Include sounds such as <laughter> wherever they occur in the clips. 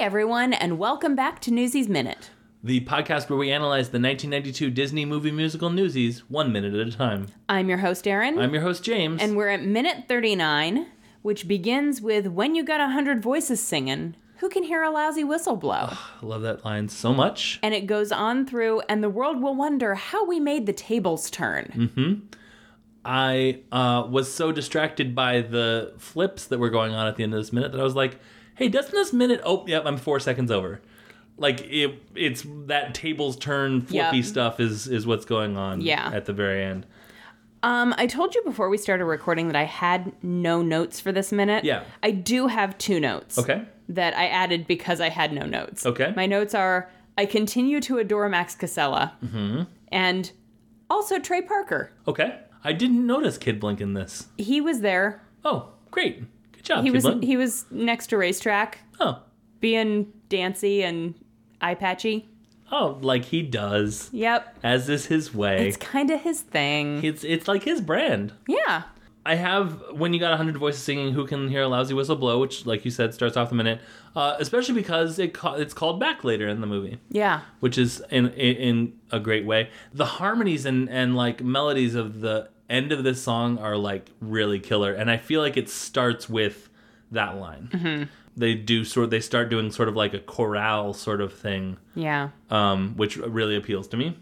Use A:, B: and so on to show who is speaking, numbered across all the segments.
A: everyone, and welcome back to Newsies Minute.
B: the podcast where we analyze the 1992 Disney movie musical Newsies one minute at a time.
A: I'm your host, Erin,
B: I'm your host, James.
A: and we're at minute 39, which begins with When You Got a Hundred Voices Singing, Who Can Hear a Lousy Whistle Blow?
B: I love that line so much.
A: And it goes on through, and the world will wonder how we made the tables turn.
B: I uh, was so distracted by the flips that were going on at the end of this minute that I was like, hey, doesn't this minute. Oh, yep, I'm four seconds over. Like it, it's that tables turn flippy
A: Yep.
B: stuff is is what's going on
A: Yeah.
B: at the very end. Mm.
A: Um, I told you before we started recording that I had no notes for this minute.
B: Yeah.
A: I do have two notes.
B: Okay,
A: That I added because I had no notes.
B: Okay.
A: My notes are I continue to adore Max Casella.
B: Mm-hmm.
A: And also Trey Parker.
B: okay. I didn't notice Kid Blink in this.
A: He was there.
B: Oh, great, good job,
A: He
B: Kid
A: was
B: Blink.
A: he was next to racetrack,
B: oh,
A: being dancy and eye patchy.
B: oh, like he does,
A: Yep.
B: as is his way.
A: It's kinda his thing.
B: It's it's like his brand.
A: yeah.
B: I have when you got 100 voices singing, who can hear a lousy whistle blow, which, like you said, starts off the minute, uh, especially because it ca- it's called back later in the movie,
A: Yeah.
B: which is in, in in a great way. The harmonies and and like melodies of the end of this song are like really killer, and I feel like it starts with that line. They do sort they start doing sort of like a chorale sort of thing
A: Yeah.
B: um, which really appeals to me.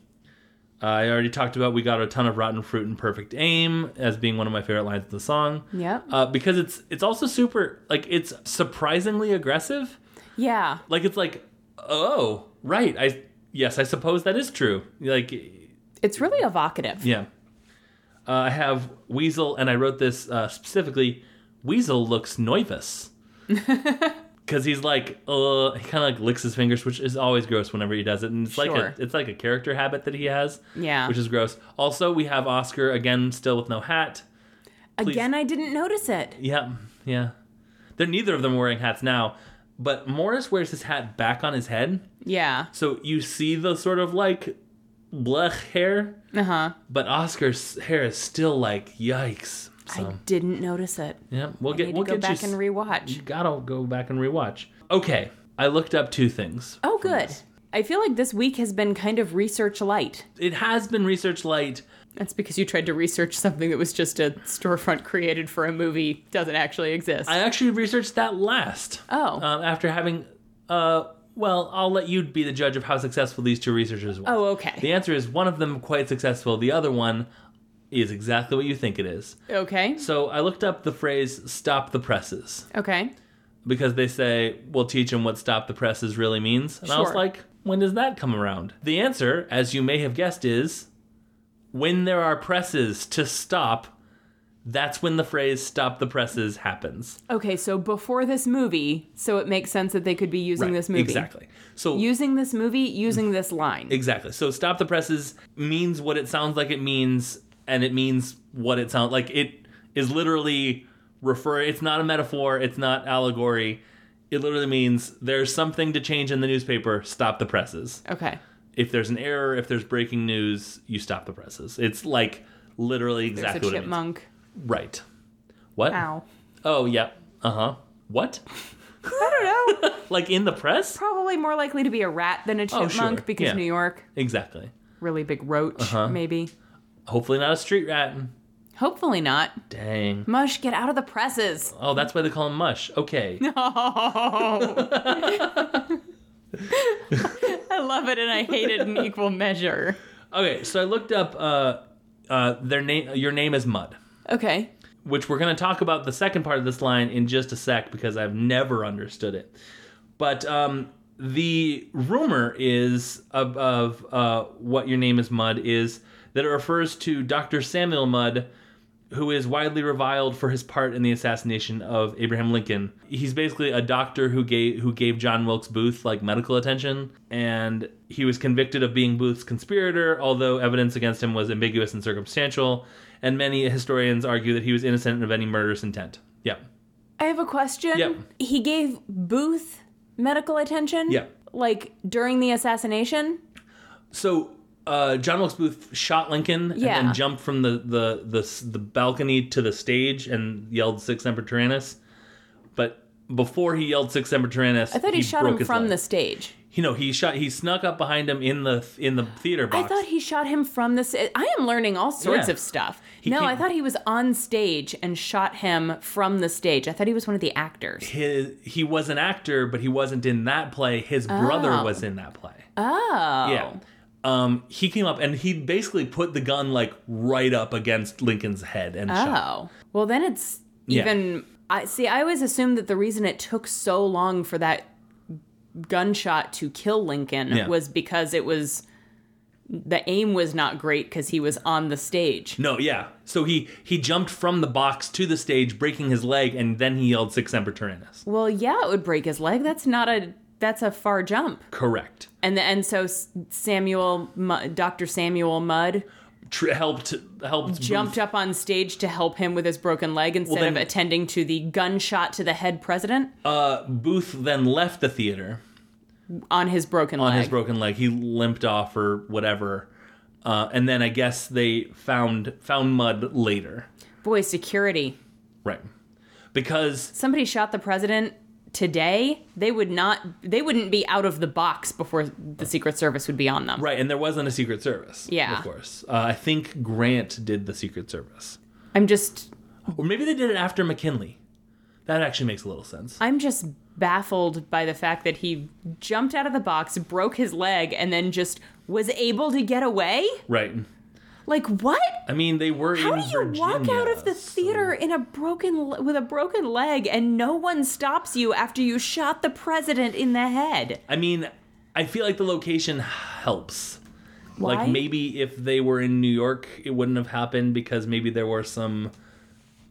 B: I already talked about We Got a Ton of Rotten Fruit and Perfect Aim as being one of my favorite lines of the song.
A: Yep.
B: Uh, because it's it's also super like it's surprisingly aggressive.
A: Yeah.
B: Like it's like, oh, right. I yes, I suppose that is true. Like
A: It's really evocative.
B: yeah. Uh, I have Weasel and I wrote this uh, specifically Weasel
A: <laughs>
B: looks nervous. Cause he's like, uh, he kind of like licks his fingers, which is always gross whenever he does it, and it's like
A: Sure.
B: a, it's like a character habit that he has.
A: Yeah.
B: which is gross. Also, we have Oscar again, still with no hat.
A: Again, I didn't notice it.
B: Yeah, yeah. They're neither of them are wearing hats now, but Morris wears his hat back on his head,
A: Yeah.
B: so you see the sort of like blech hair,
A: Uh huh.
B: but Oscar's hair is still like yikes. So
A: I didn't notice it.
B: yeah, we'll
A: I
B: get
A: need
B: we'll
A: to go
B: get
A: back
B: you.
A: and
B: s-
A: rewatch.
B: you gotta go back and rewatch. Okay, I looked up two things.
A: Oh, good. I feel like this week has been kind of research light.
B: It has been research light.
A: That's because you tried to research something that was just a storefront created for a movie doesn't actually exist.
B: I actually researched that last.
A: Oh.
B: Um, after having, uh, well, I'll let you be the judge of how successful these two researchers were.
A: oh, okay.
B: The answer is one of them quite successful. The other one is exactly what you think it is.
A: Okay.
B: So I looked up the phrase "stop the presses"
A: Okay.
B: because they say we'll teach them what "stop the presses" really means, and I was
A: Sure.
B: like, when does that come around? The answer, as you may have guessed, is when there are presses to stop. That's when the phrase "stop the presses" happens.
A: Okay, so before this movie, so it makes sense that they could be using
B: Right,
A: this movie.
B: Exactly. So
A: Using this movie, using this line.
B: exactly. So stop the presses means what it sounds like it means, and it means what it sounds like. It is literally refer. It's not a metaphor. It's not allegory. It literally means there's something to change in the newspaper. Stop the presses.
A: okay.
B: If there's an error, if there's breaking news, you stop the presses. It's like literally
A: There's
B: exactly
A: a
B: what it means.
A: chipmunk.
B: Right. What?
A: Ow.
B: Oh yeah. Uh huh. What? <laughs>
A: I don't know. <laughs>
B: Like in the press?
A: Probably more likely to be a rat than a
B: Oh,
A: chipmunk
B: sure.
A: because
B: Yeah. Uh-huh.
A: New York,
B: Exactly.
A: really big roach, maybe.
B: Hopefully not a street rat.
A: Hopefully not.
B: Dang.
A: Mush, get out of the
B: <laughs>
A: presses. <laughs>
B: Oh, that's why they call him Mush. Okay.
A: Oh. I love it and I hate it in equal measure.
B: Okay, so I looked up uh, uh, their name. Your name is Mud,
A: Okay.
B: which we're going to talk about the second part of this line in just a sec because I've never understood it. But um, the rumor is of, of uh, what your name is Mud is that it refers to Dr. Samuel Mudd, who is widely reviled for his part in the assassination of Abraham Lincoln. He's basically a doctor who gave who gave John Wilkes Booth like medical attention, and he was convicted of being Booth's conspirator, although evidence against him was ambiguous and circumstantial. And many historians argue that he was innocent of any murderous intent. Yeah,
A: I have a question.
B: Yep.
A: He gave Booth medical attention?
B: Yep.
A: Like during the assassination?
B: So uh, John Wilkes Booth shot Lincoln
A: Yeah.
B: and then jumped from the, the the the balcony to the stage and yelled "Six Emperor Tyrannus," but before he yelled six Ember Tyrannus,
A: I thought he, shot
B: broke
A: him
B: his
A: from
B: leg.
A: the stage.
B: You know, he shot. He snuck up behind him in the in the theater box.
A: I thought he shot him from the. St- I am learning all sorts
B: Yeah.
A: of stuff. no,
B: came-
A: I thought he was on stage and shot him from the stage. I thought he was one of the actors.
B: his, he was an actor, but he wasn't in that play. His brother
A: Oh.
B: was in that play.
A: Oh,
B: Yeah. Um, he came up and he basically put the gun like right up against Lincoln's head and shot.
A: Oh, well then it's
B: Yeah.
A: even. I see. I always assumed that the reason it took so long for that gunshot to kill Lincoln
B: Yeah.
A: was because it was the aim was not great because he was on the stage.
B: No, yeah. So he he jumped from the box to the stage, breaking his leg, and then he yelled "Six Emperor Tyrannus."
A: Well, yeah, it would break his leg. That's not a. That's a far jump.
B: Correct.
A: And the, and so S- Samuel, Mu- Doctor Samuel Mudd,
B: Tr- helped helped
A: jumped up on stage to help him with his broken leg instead of
B: then-
A: attending to the gunshot to the head president
B: Uh, Booth then left the theater
A: on his broken
B: on
A: leg.
B: his broken leg. He limped off or whatever, uh, and then I guess they found found Mud later,
A: Boy, security.
B: right? Because
A: somebody shot the president today, they would not they wouldn't be out of the box before the Secret Service would be on them.
B: right, and there wasn't a Secret Service.
A: Yeah.
B: of course. Uh, I think Grant did the Secret Service,
A: I'm just
B: or maybe they did it after McKinley. That actually makes a little sense.
A: I'm just baffled by the fact that he jumped out of the box, broke his leg, and then just was able to get away?
B: Right.
A: Like what?
B: I mean, they were
A: How
B: in
A: do you walk
B: Virginia,
A: out of the
B: so-
A: theater in a broken le- with a broken leg and no one stops you after you shot the president in the head?
B: I mean, I feel like the location helps.
A: Why?
B: Like maybe if they were in New York, it wouldn't have happened because maybe there were some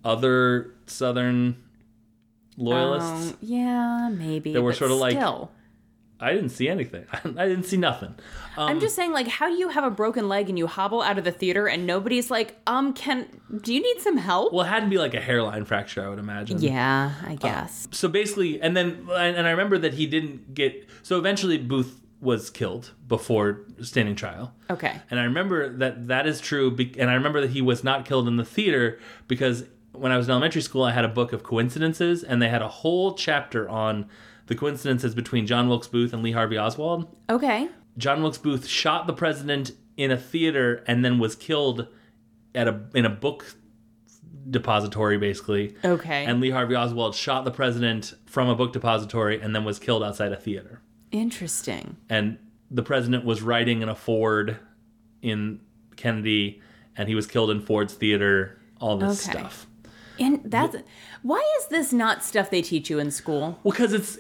B: other Southern loyalists.
A: Oh, yeah, maybe.
B: They were
A: but
B: sort of like-
A: still.
B: I didn't see anything. <laughs> I didn't see nothing.
A: I'm just saying, like, how do you have a broken leg and you hobble out of the theater and nobody's like, um, can do you need some help? Oh,
B: Well, it had to be like a hairline fracture, I would imagine.
A: yeah, I guess.
B: So basically, and then and and I remember that he didn't get. So eventually, Booth was killed before standing trial.
A: okay.
B: And I remember that that is true. Be- and I remember that he was not killed in the theater because when I was in elementary school, I had a book of coincidences, and they had a whole chapter on the coincidences between John Wilkes Booth and Lee Harvey Oswald.
A: Okay.
B: John Wilkes Booth shot the president in a theater and then was killed at a in a book depository, basically.
A: Okay.
B: And Lee Harvey Oswald shot the president from a book depository and then was killed outside a theater
A: Interesting.
B: and the president was riding in a Ford in Kennedy, and he was killed in Ford's theater. All this
A: Okay.
B: stuff.
A: And that's why is this not stuff they teach you in school?
B: Well, because it's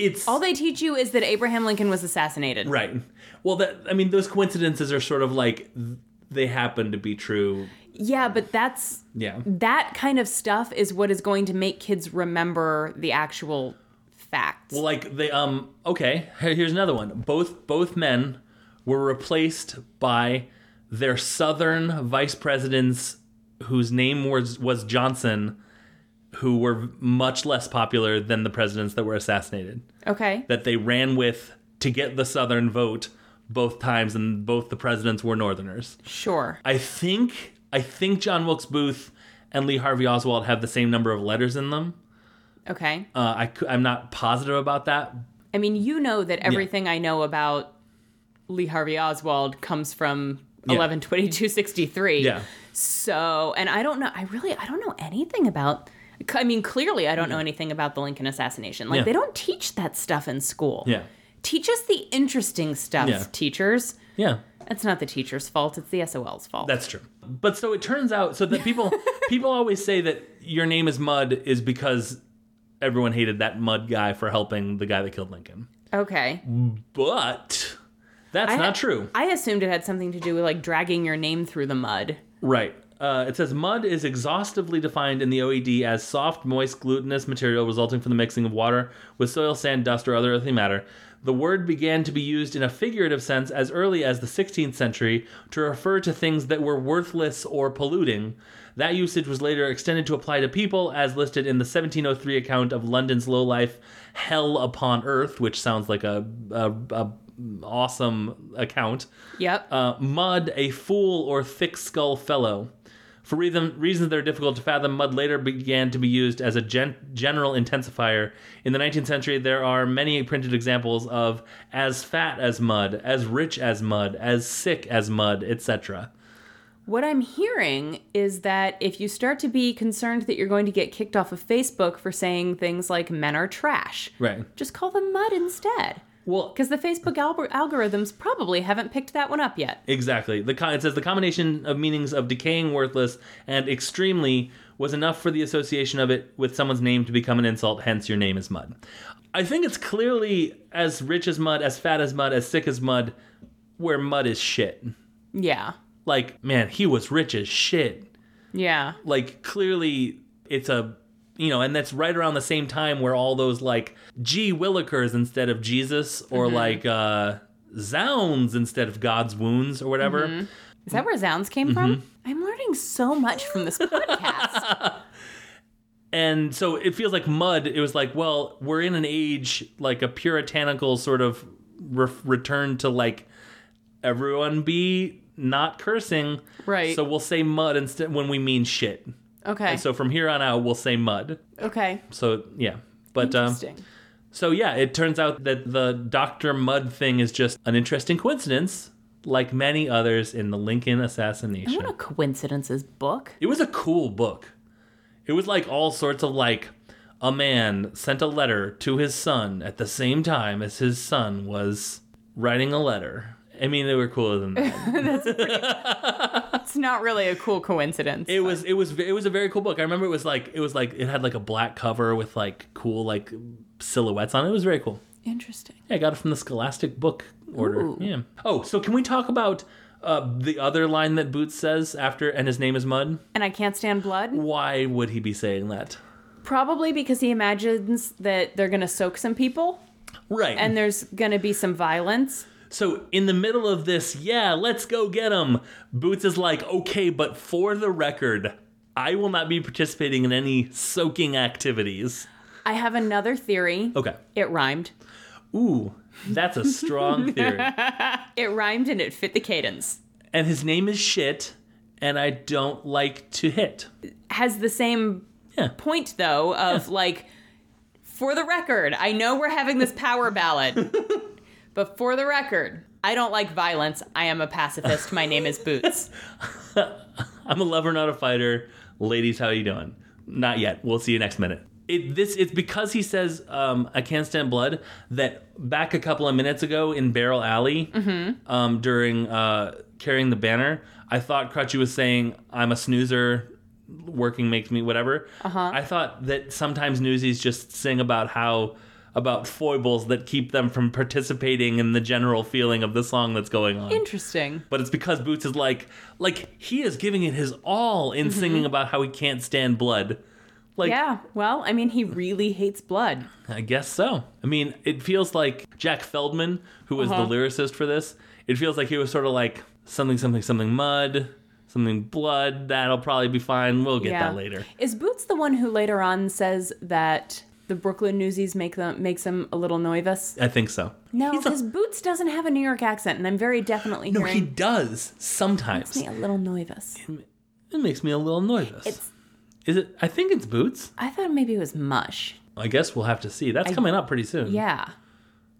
B: it's
A: All they teach you is that Abraham Lincoln was assassinated.
B: right. Well, that I mean, those coincidences are sort of like th- they happen to be true.
A: Yeah, but that's
B: Yeah.
A: that kind of stuff is what is going to make kids remember the actual facts.
B: Well, like they um okay. here- Here's another one. Both both men were replaced by their southern vice presidents, whose name was was Johnson, who were much less popular than the presidents that were assassinated.
A: okay.
B: That they ran with to get the southern vote both times, and both the presidents were northerners.
A: Sure.
B: I think I think John Wilkes Booth and Lee Harvey Oswald have the same number of letters in them.
A: Okay.
B: Uh, I cou- I'm not positive about that,
A: I mean, you know that everything I know about Lee Harvey Oswald comes from
B: Yeah.
A: eleven twenty two sixty three.
B: Yeah.
A: So, and I don't know. I really, I don't know anything about. I mean, clearly, I don't know anything about the Lincoln assassination. Like,
B: Yeah.
A: they don't teach that stuff in school.
B: Yeah.
A: Teach us the interesting stuff,
B: Yeah.
A: teachers.
B: Yeah.
A: It's not the teacher's fault. It's the SOL's fault.
B: That's true. But so it turns out so that people people always say that your name is Mud is because everyone hated that Mud guy for helping the guy that killed Lincoln.
A: okay.
B: But that's not true.
A: I assumed it had something to do with like dragging your name through the mud.
B: Right. Uh, it says mud is exhaustively defined in the OED as soft, moist, glutinous material resulting from the mixing of water with soil, sand, dust, or other earthy matter. The word began to be used in a figurative sense as early as the 16th century to refer to things that were worthless or polluting. That usage was later extended to apply to people, as listed in the 1703 account of London's lowlife "Hell upon Earth," which sounds like a, a, a awesome account
A: Yep.
B: uh, mud, a fool or thick skull fellow. For reason, reasons that are difficult to fathom, mud later began to be used as a gen- general intensifier. In the 19th century, there are many printed examples of as fat as mud, as rich as mud, as sick as mud, etc.
A: What I'm hearing is that if you start to be concerned that you're going to get kicked off of Facebook for saying things like men are trash,
B: Right.
A: just call them mud instead.
B: Well,
A: Because the Facebook algor- algorithms probably haven't picked that one up yet.
B: Exactly. The co- it says the combination of meanings of decaying, worthless, and extremely was enough for the association of it with someone's name to become an insult. Hence, your name is mud. I think it's clearly as rich as mud, as fat as mud, as sick as mud, where mud is shit.
A: Yeah.
B: Like, man, he was rich as shit.
A: Yeah.
B: Like, clearly, it's a you know, and that's right around the same time where all those like G Willikers instead of Jesus, or like uh Zounds instead of God's wounds, or whatever.
A: Is that where Zounds came
B: Mm-hmm.
A: from? I'm learning so much from this
B: <laughs>
A: podcast.
B: and so it feels like mud it was like well we're in an age like a puritanical sort of re- return to like everyone be not cursing
A: Right.
B: so we'll say mud instead when we mean shit
A: Okay.
B: so from here on out we'll say mud
A: okay.
B: so yeah but um,
A: Interesting.
B: so yeah it turns out that the dr mud thing is just an interesting coincidence like many others in the lincoln assassination
A: what a coincidences book.
B: it was a cool book. It was like all sorts of like a man sent a letter to his son at the same time as his son was writing a letter. I mean, they were cooler than that.
A: It's not really a cool coincidence.
B: it was it was it was a very cool book. I remember it was like it was like it had like a black cover with like cool like silhouettes on it. It was very cool.
A: Interesting.
B: Yeah, I got it from the Scholastic book order.
A: Ooh.
B: Yeah. Oh, so can we talk about uh, the other line that Boots says after "and his name is Mud"?
A: And I can't stand blood?
B: Why would he be saying that?
A: Probably because he imagines that they're going to soak some people
B: Right.
A: and there's going to be some violence.
B: So in the middle of this, yeah, let's go get him. Boots is like, okay, but for the record, I will not be participating in any soaking activities.
A: I have another theory.
B: Okay.
A: It rhymed.
B: Ooh, that's a strong theory.
A: It rhymed and it fit the cadence.
B: And his name is shit, and I don't like to hit.
A: Has the same
B: Yeah.
A: point though of like for the record, I know we're having this power
B: <laughs>
A: ballad. but for the record, I don't like violence. I am a pacifist. My name is
B: <laughs>
A: Boots.
B: I'm a lover, not a fighter. Ladies, how you doing? Not yet. We'll see you next minute. It, this it's because he says um, I can't stand blood that back a couple of minutes ago in Barrel Alley um, during uh, carrying the banner I thought Crutchy was saying I'm a snoozer working makes me whatever uh-huh. I thought that sometimes newsies just sing about how about foibles that keep them from participating in the general feeling of the song that's going on
A: Interesting.
B: but it's because Boots is like like he is giving it his all in
A: Mm-hmm.
B: singing about how he can't stand blood. Like
A: Yeah. Well, I mean, he really hates blood.
B: I guess so. I mean, it feels like Jack Feldman, who was
A: Uh-huh.
B: the lyricist for this, it feels like he was sort of like something something something mud, something blood, that'll probably be fine. We'll get
A: yeah.
B: that later.
A: Is Boots the one who later on says that the Brooklyn Newsies make them makes him a little nervous?
B: I think so.
A: No,
B: He's a-
A: because Boots doesn't have a New York accent, and I'm very definitely
B: no, he
A: hearing
B: does sometimes.
A: me a little nervous.
B: It makes me a little nervous.
A: It's-
B: Is it I think it's Boots.
A: I thought maybe it was mush.
B: I guess we'll have to see. That's coming up pretty soon.
A: Yeah,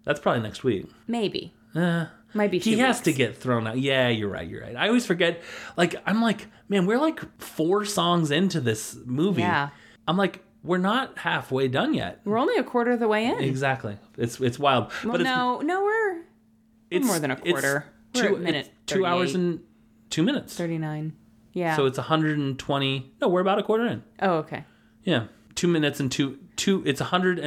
B: That's probably next week.
A: maybe.
B: Uh,
A: Might be.
B: he
A: two
B: has
A: weeks.
B: to get thrown out. Yeah, you're right. You're right. I always forget. Like I'm like, man, we're like four songs into this movie.
A: Yeah.
B: I'm like, we're not halfway done yet.
A: We're only a quarter of the way in.
B: Exactly. It's it's wild.
A: Well,
B: but it's,
A: no, no, we're
B: it's
A: more than a
B: it's
A: quarter. We're
B: two
A: at minute
B: it's two hours
A: 38.
B: and two minutes.
A: 39. Yeah.
B: So it's 120. No, we're about a quarter in.
A: oh, okay.
B: Yeah, two minutes and two two. It's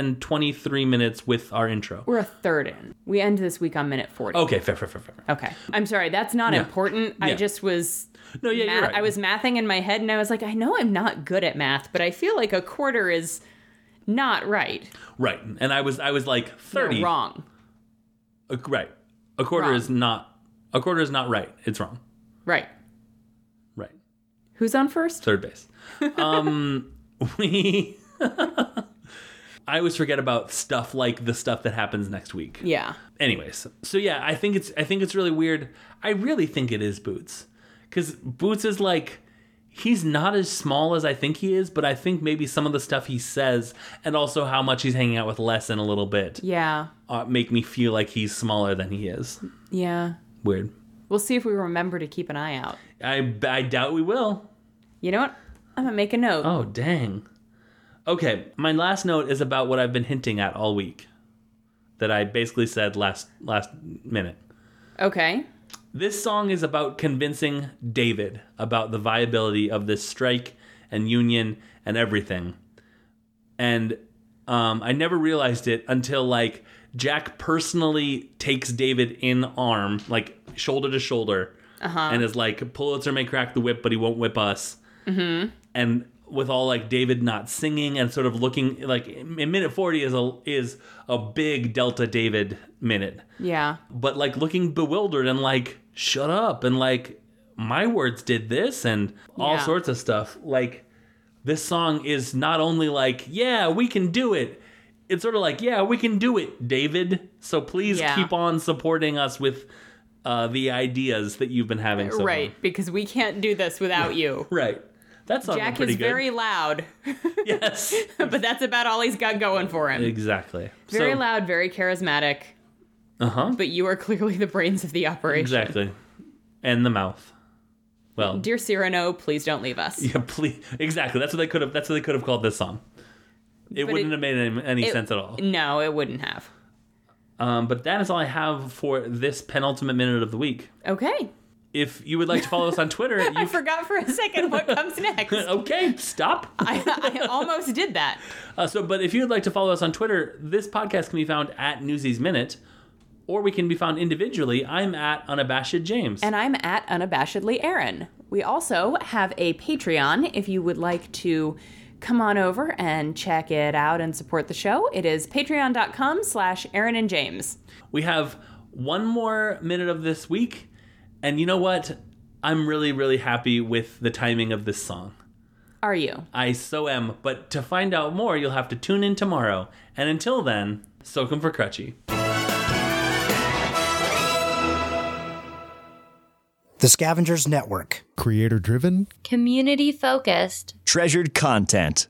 B: 123 minutes with our intro.
A: We're a third in. We end this week on minute 40.
B: Okay, fair, fair, fair, fair. fair.
A: Okay. I'm sorry. That's not important. I
B: Yeah.
A: just was.
B: No, yeah, you're
A: math-
B: right.
A: I was mathing in my head, and I was like, I know I'm not good at math, but I feel like a quarter is not right.
B: right, and I was I was like
A: You're
B: 30.
A: wrong.
B: A, right. A quarter
A: Wrong.
B: is not a quarter is not right. It's wrong.
A: Right.
B: Right.
A: Who's on first? <laughs>
B: Third base. Um we <laughs> I always forget about stuff like the stuff that happens next week.
A: Yeah.
B: Anyways, so yeah, I think it's I think it's really weird. I really think it is Boots. Cuz Boots is like he's not as small as I think he is, but I think maybe some of the stuff he says and also how much he's hanging out with Les in a little bit
A: Yeah.
B: uh, make me feel like he's smaller than he is.
A: Yeah.
B: Weird.
A: We'll see if we remember to keep an eye out.
B: I, I doubt we will.
A: You know what? I'm gonna make a note.
B: Oh, dang. Okay, my last note is about what I've been hinting at all week that I basically said last last minute. Oh.
A: Okay.
B: This song is about convincing David about the viability of this strike and union and everything. And um, I never realized it until like Jack personally takes David in arm, like shoulder to shoulder, and is like, Pulitzer may crack the whip, but he won't whip us. Mm-hmm. And with all like David not singing and sort of looking like in minute 40 is a is a big Delta David minute
A: Yeah.
B: but like looking bewildered and like shut up and like my words did this and all
A: Yeah.
B: sorts of stuff like this song is not only like yeah we can do it it's sort of like yeah we can do it david so please
A: Yeah.
B: keep on supporting us with uh, the ideas that you've been having so far."
A: right. Because we can't do this without you.
B: right that's song went
A: Jack
B: pretty
A: is
B: good
A: very loud,
B: <laughs>
A: <laughs>
B: yes
A: but that's about all he's got going for him.
B: exactly
A: Very
B: So-
A: loud, very charismatic,
B: uh-huh
A: but you are <laughs> clearly the brains of the operation.
B: exactly and the mouth well
A: Dear Cyrano, please don't leave us.
B: <laughs> Yeah, please. Exactly. That's what they could have. That's what they could have called this song. It
A: But
B: wouldn't
A: it-
B: have made any, any sense at all.
A: No, it wouldn't have.
B: Um, but that is all I have for this penultimate minute of the week.
A: Okay.
B: If you would like to follow us on Twitter,
A: <laughs> I
B: you
A: forgot for a second what comes next. I,
B: <laughs> okay stop.
A: I almost did that.
B: Uh, so, but if you would like to follow us on Twitter, this podcast can be found at Newsies Minute, or we can be found individually. I'm at unabashed James.
A: And I'm at unabashedly Aaron. We also have a Patreon if you would like to come on over and check it out and support the show. It is patreon.com slash Aaron and James.
B: We have one more minute of this week, and you know what? I'm really, really happy with the timing of this song.
A: Are you?
B: I so am, but to find out more, you'll have to tune in tomorrow. And until then, soak 'em for Crutchy.
C: The Scavengers Network.
D: Creator driven,
E: Community focused.
F: Treasured content.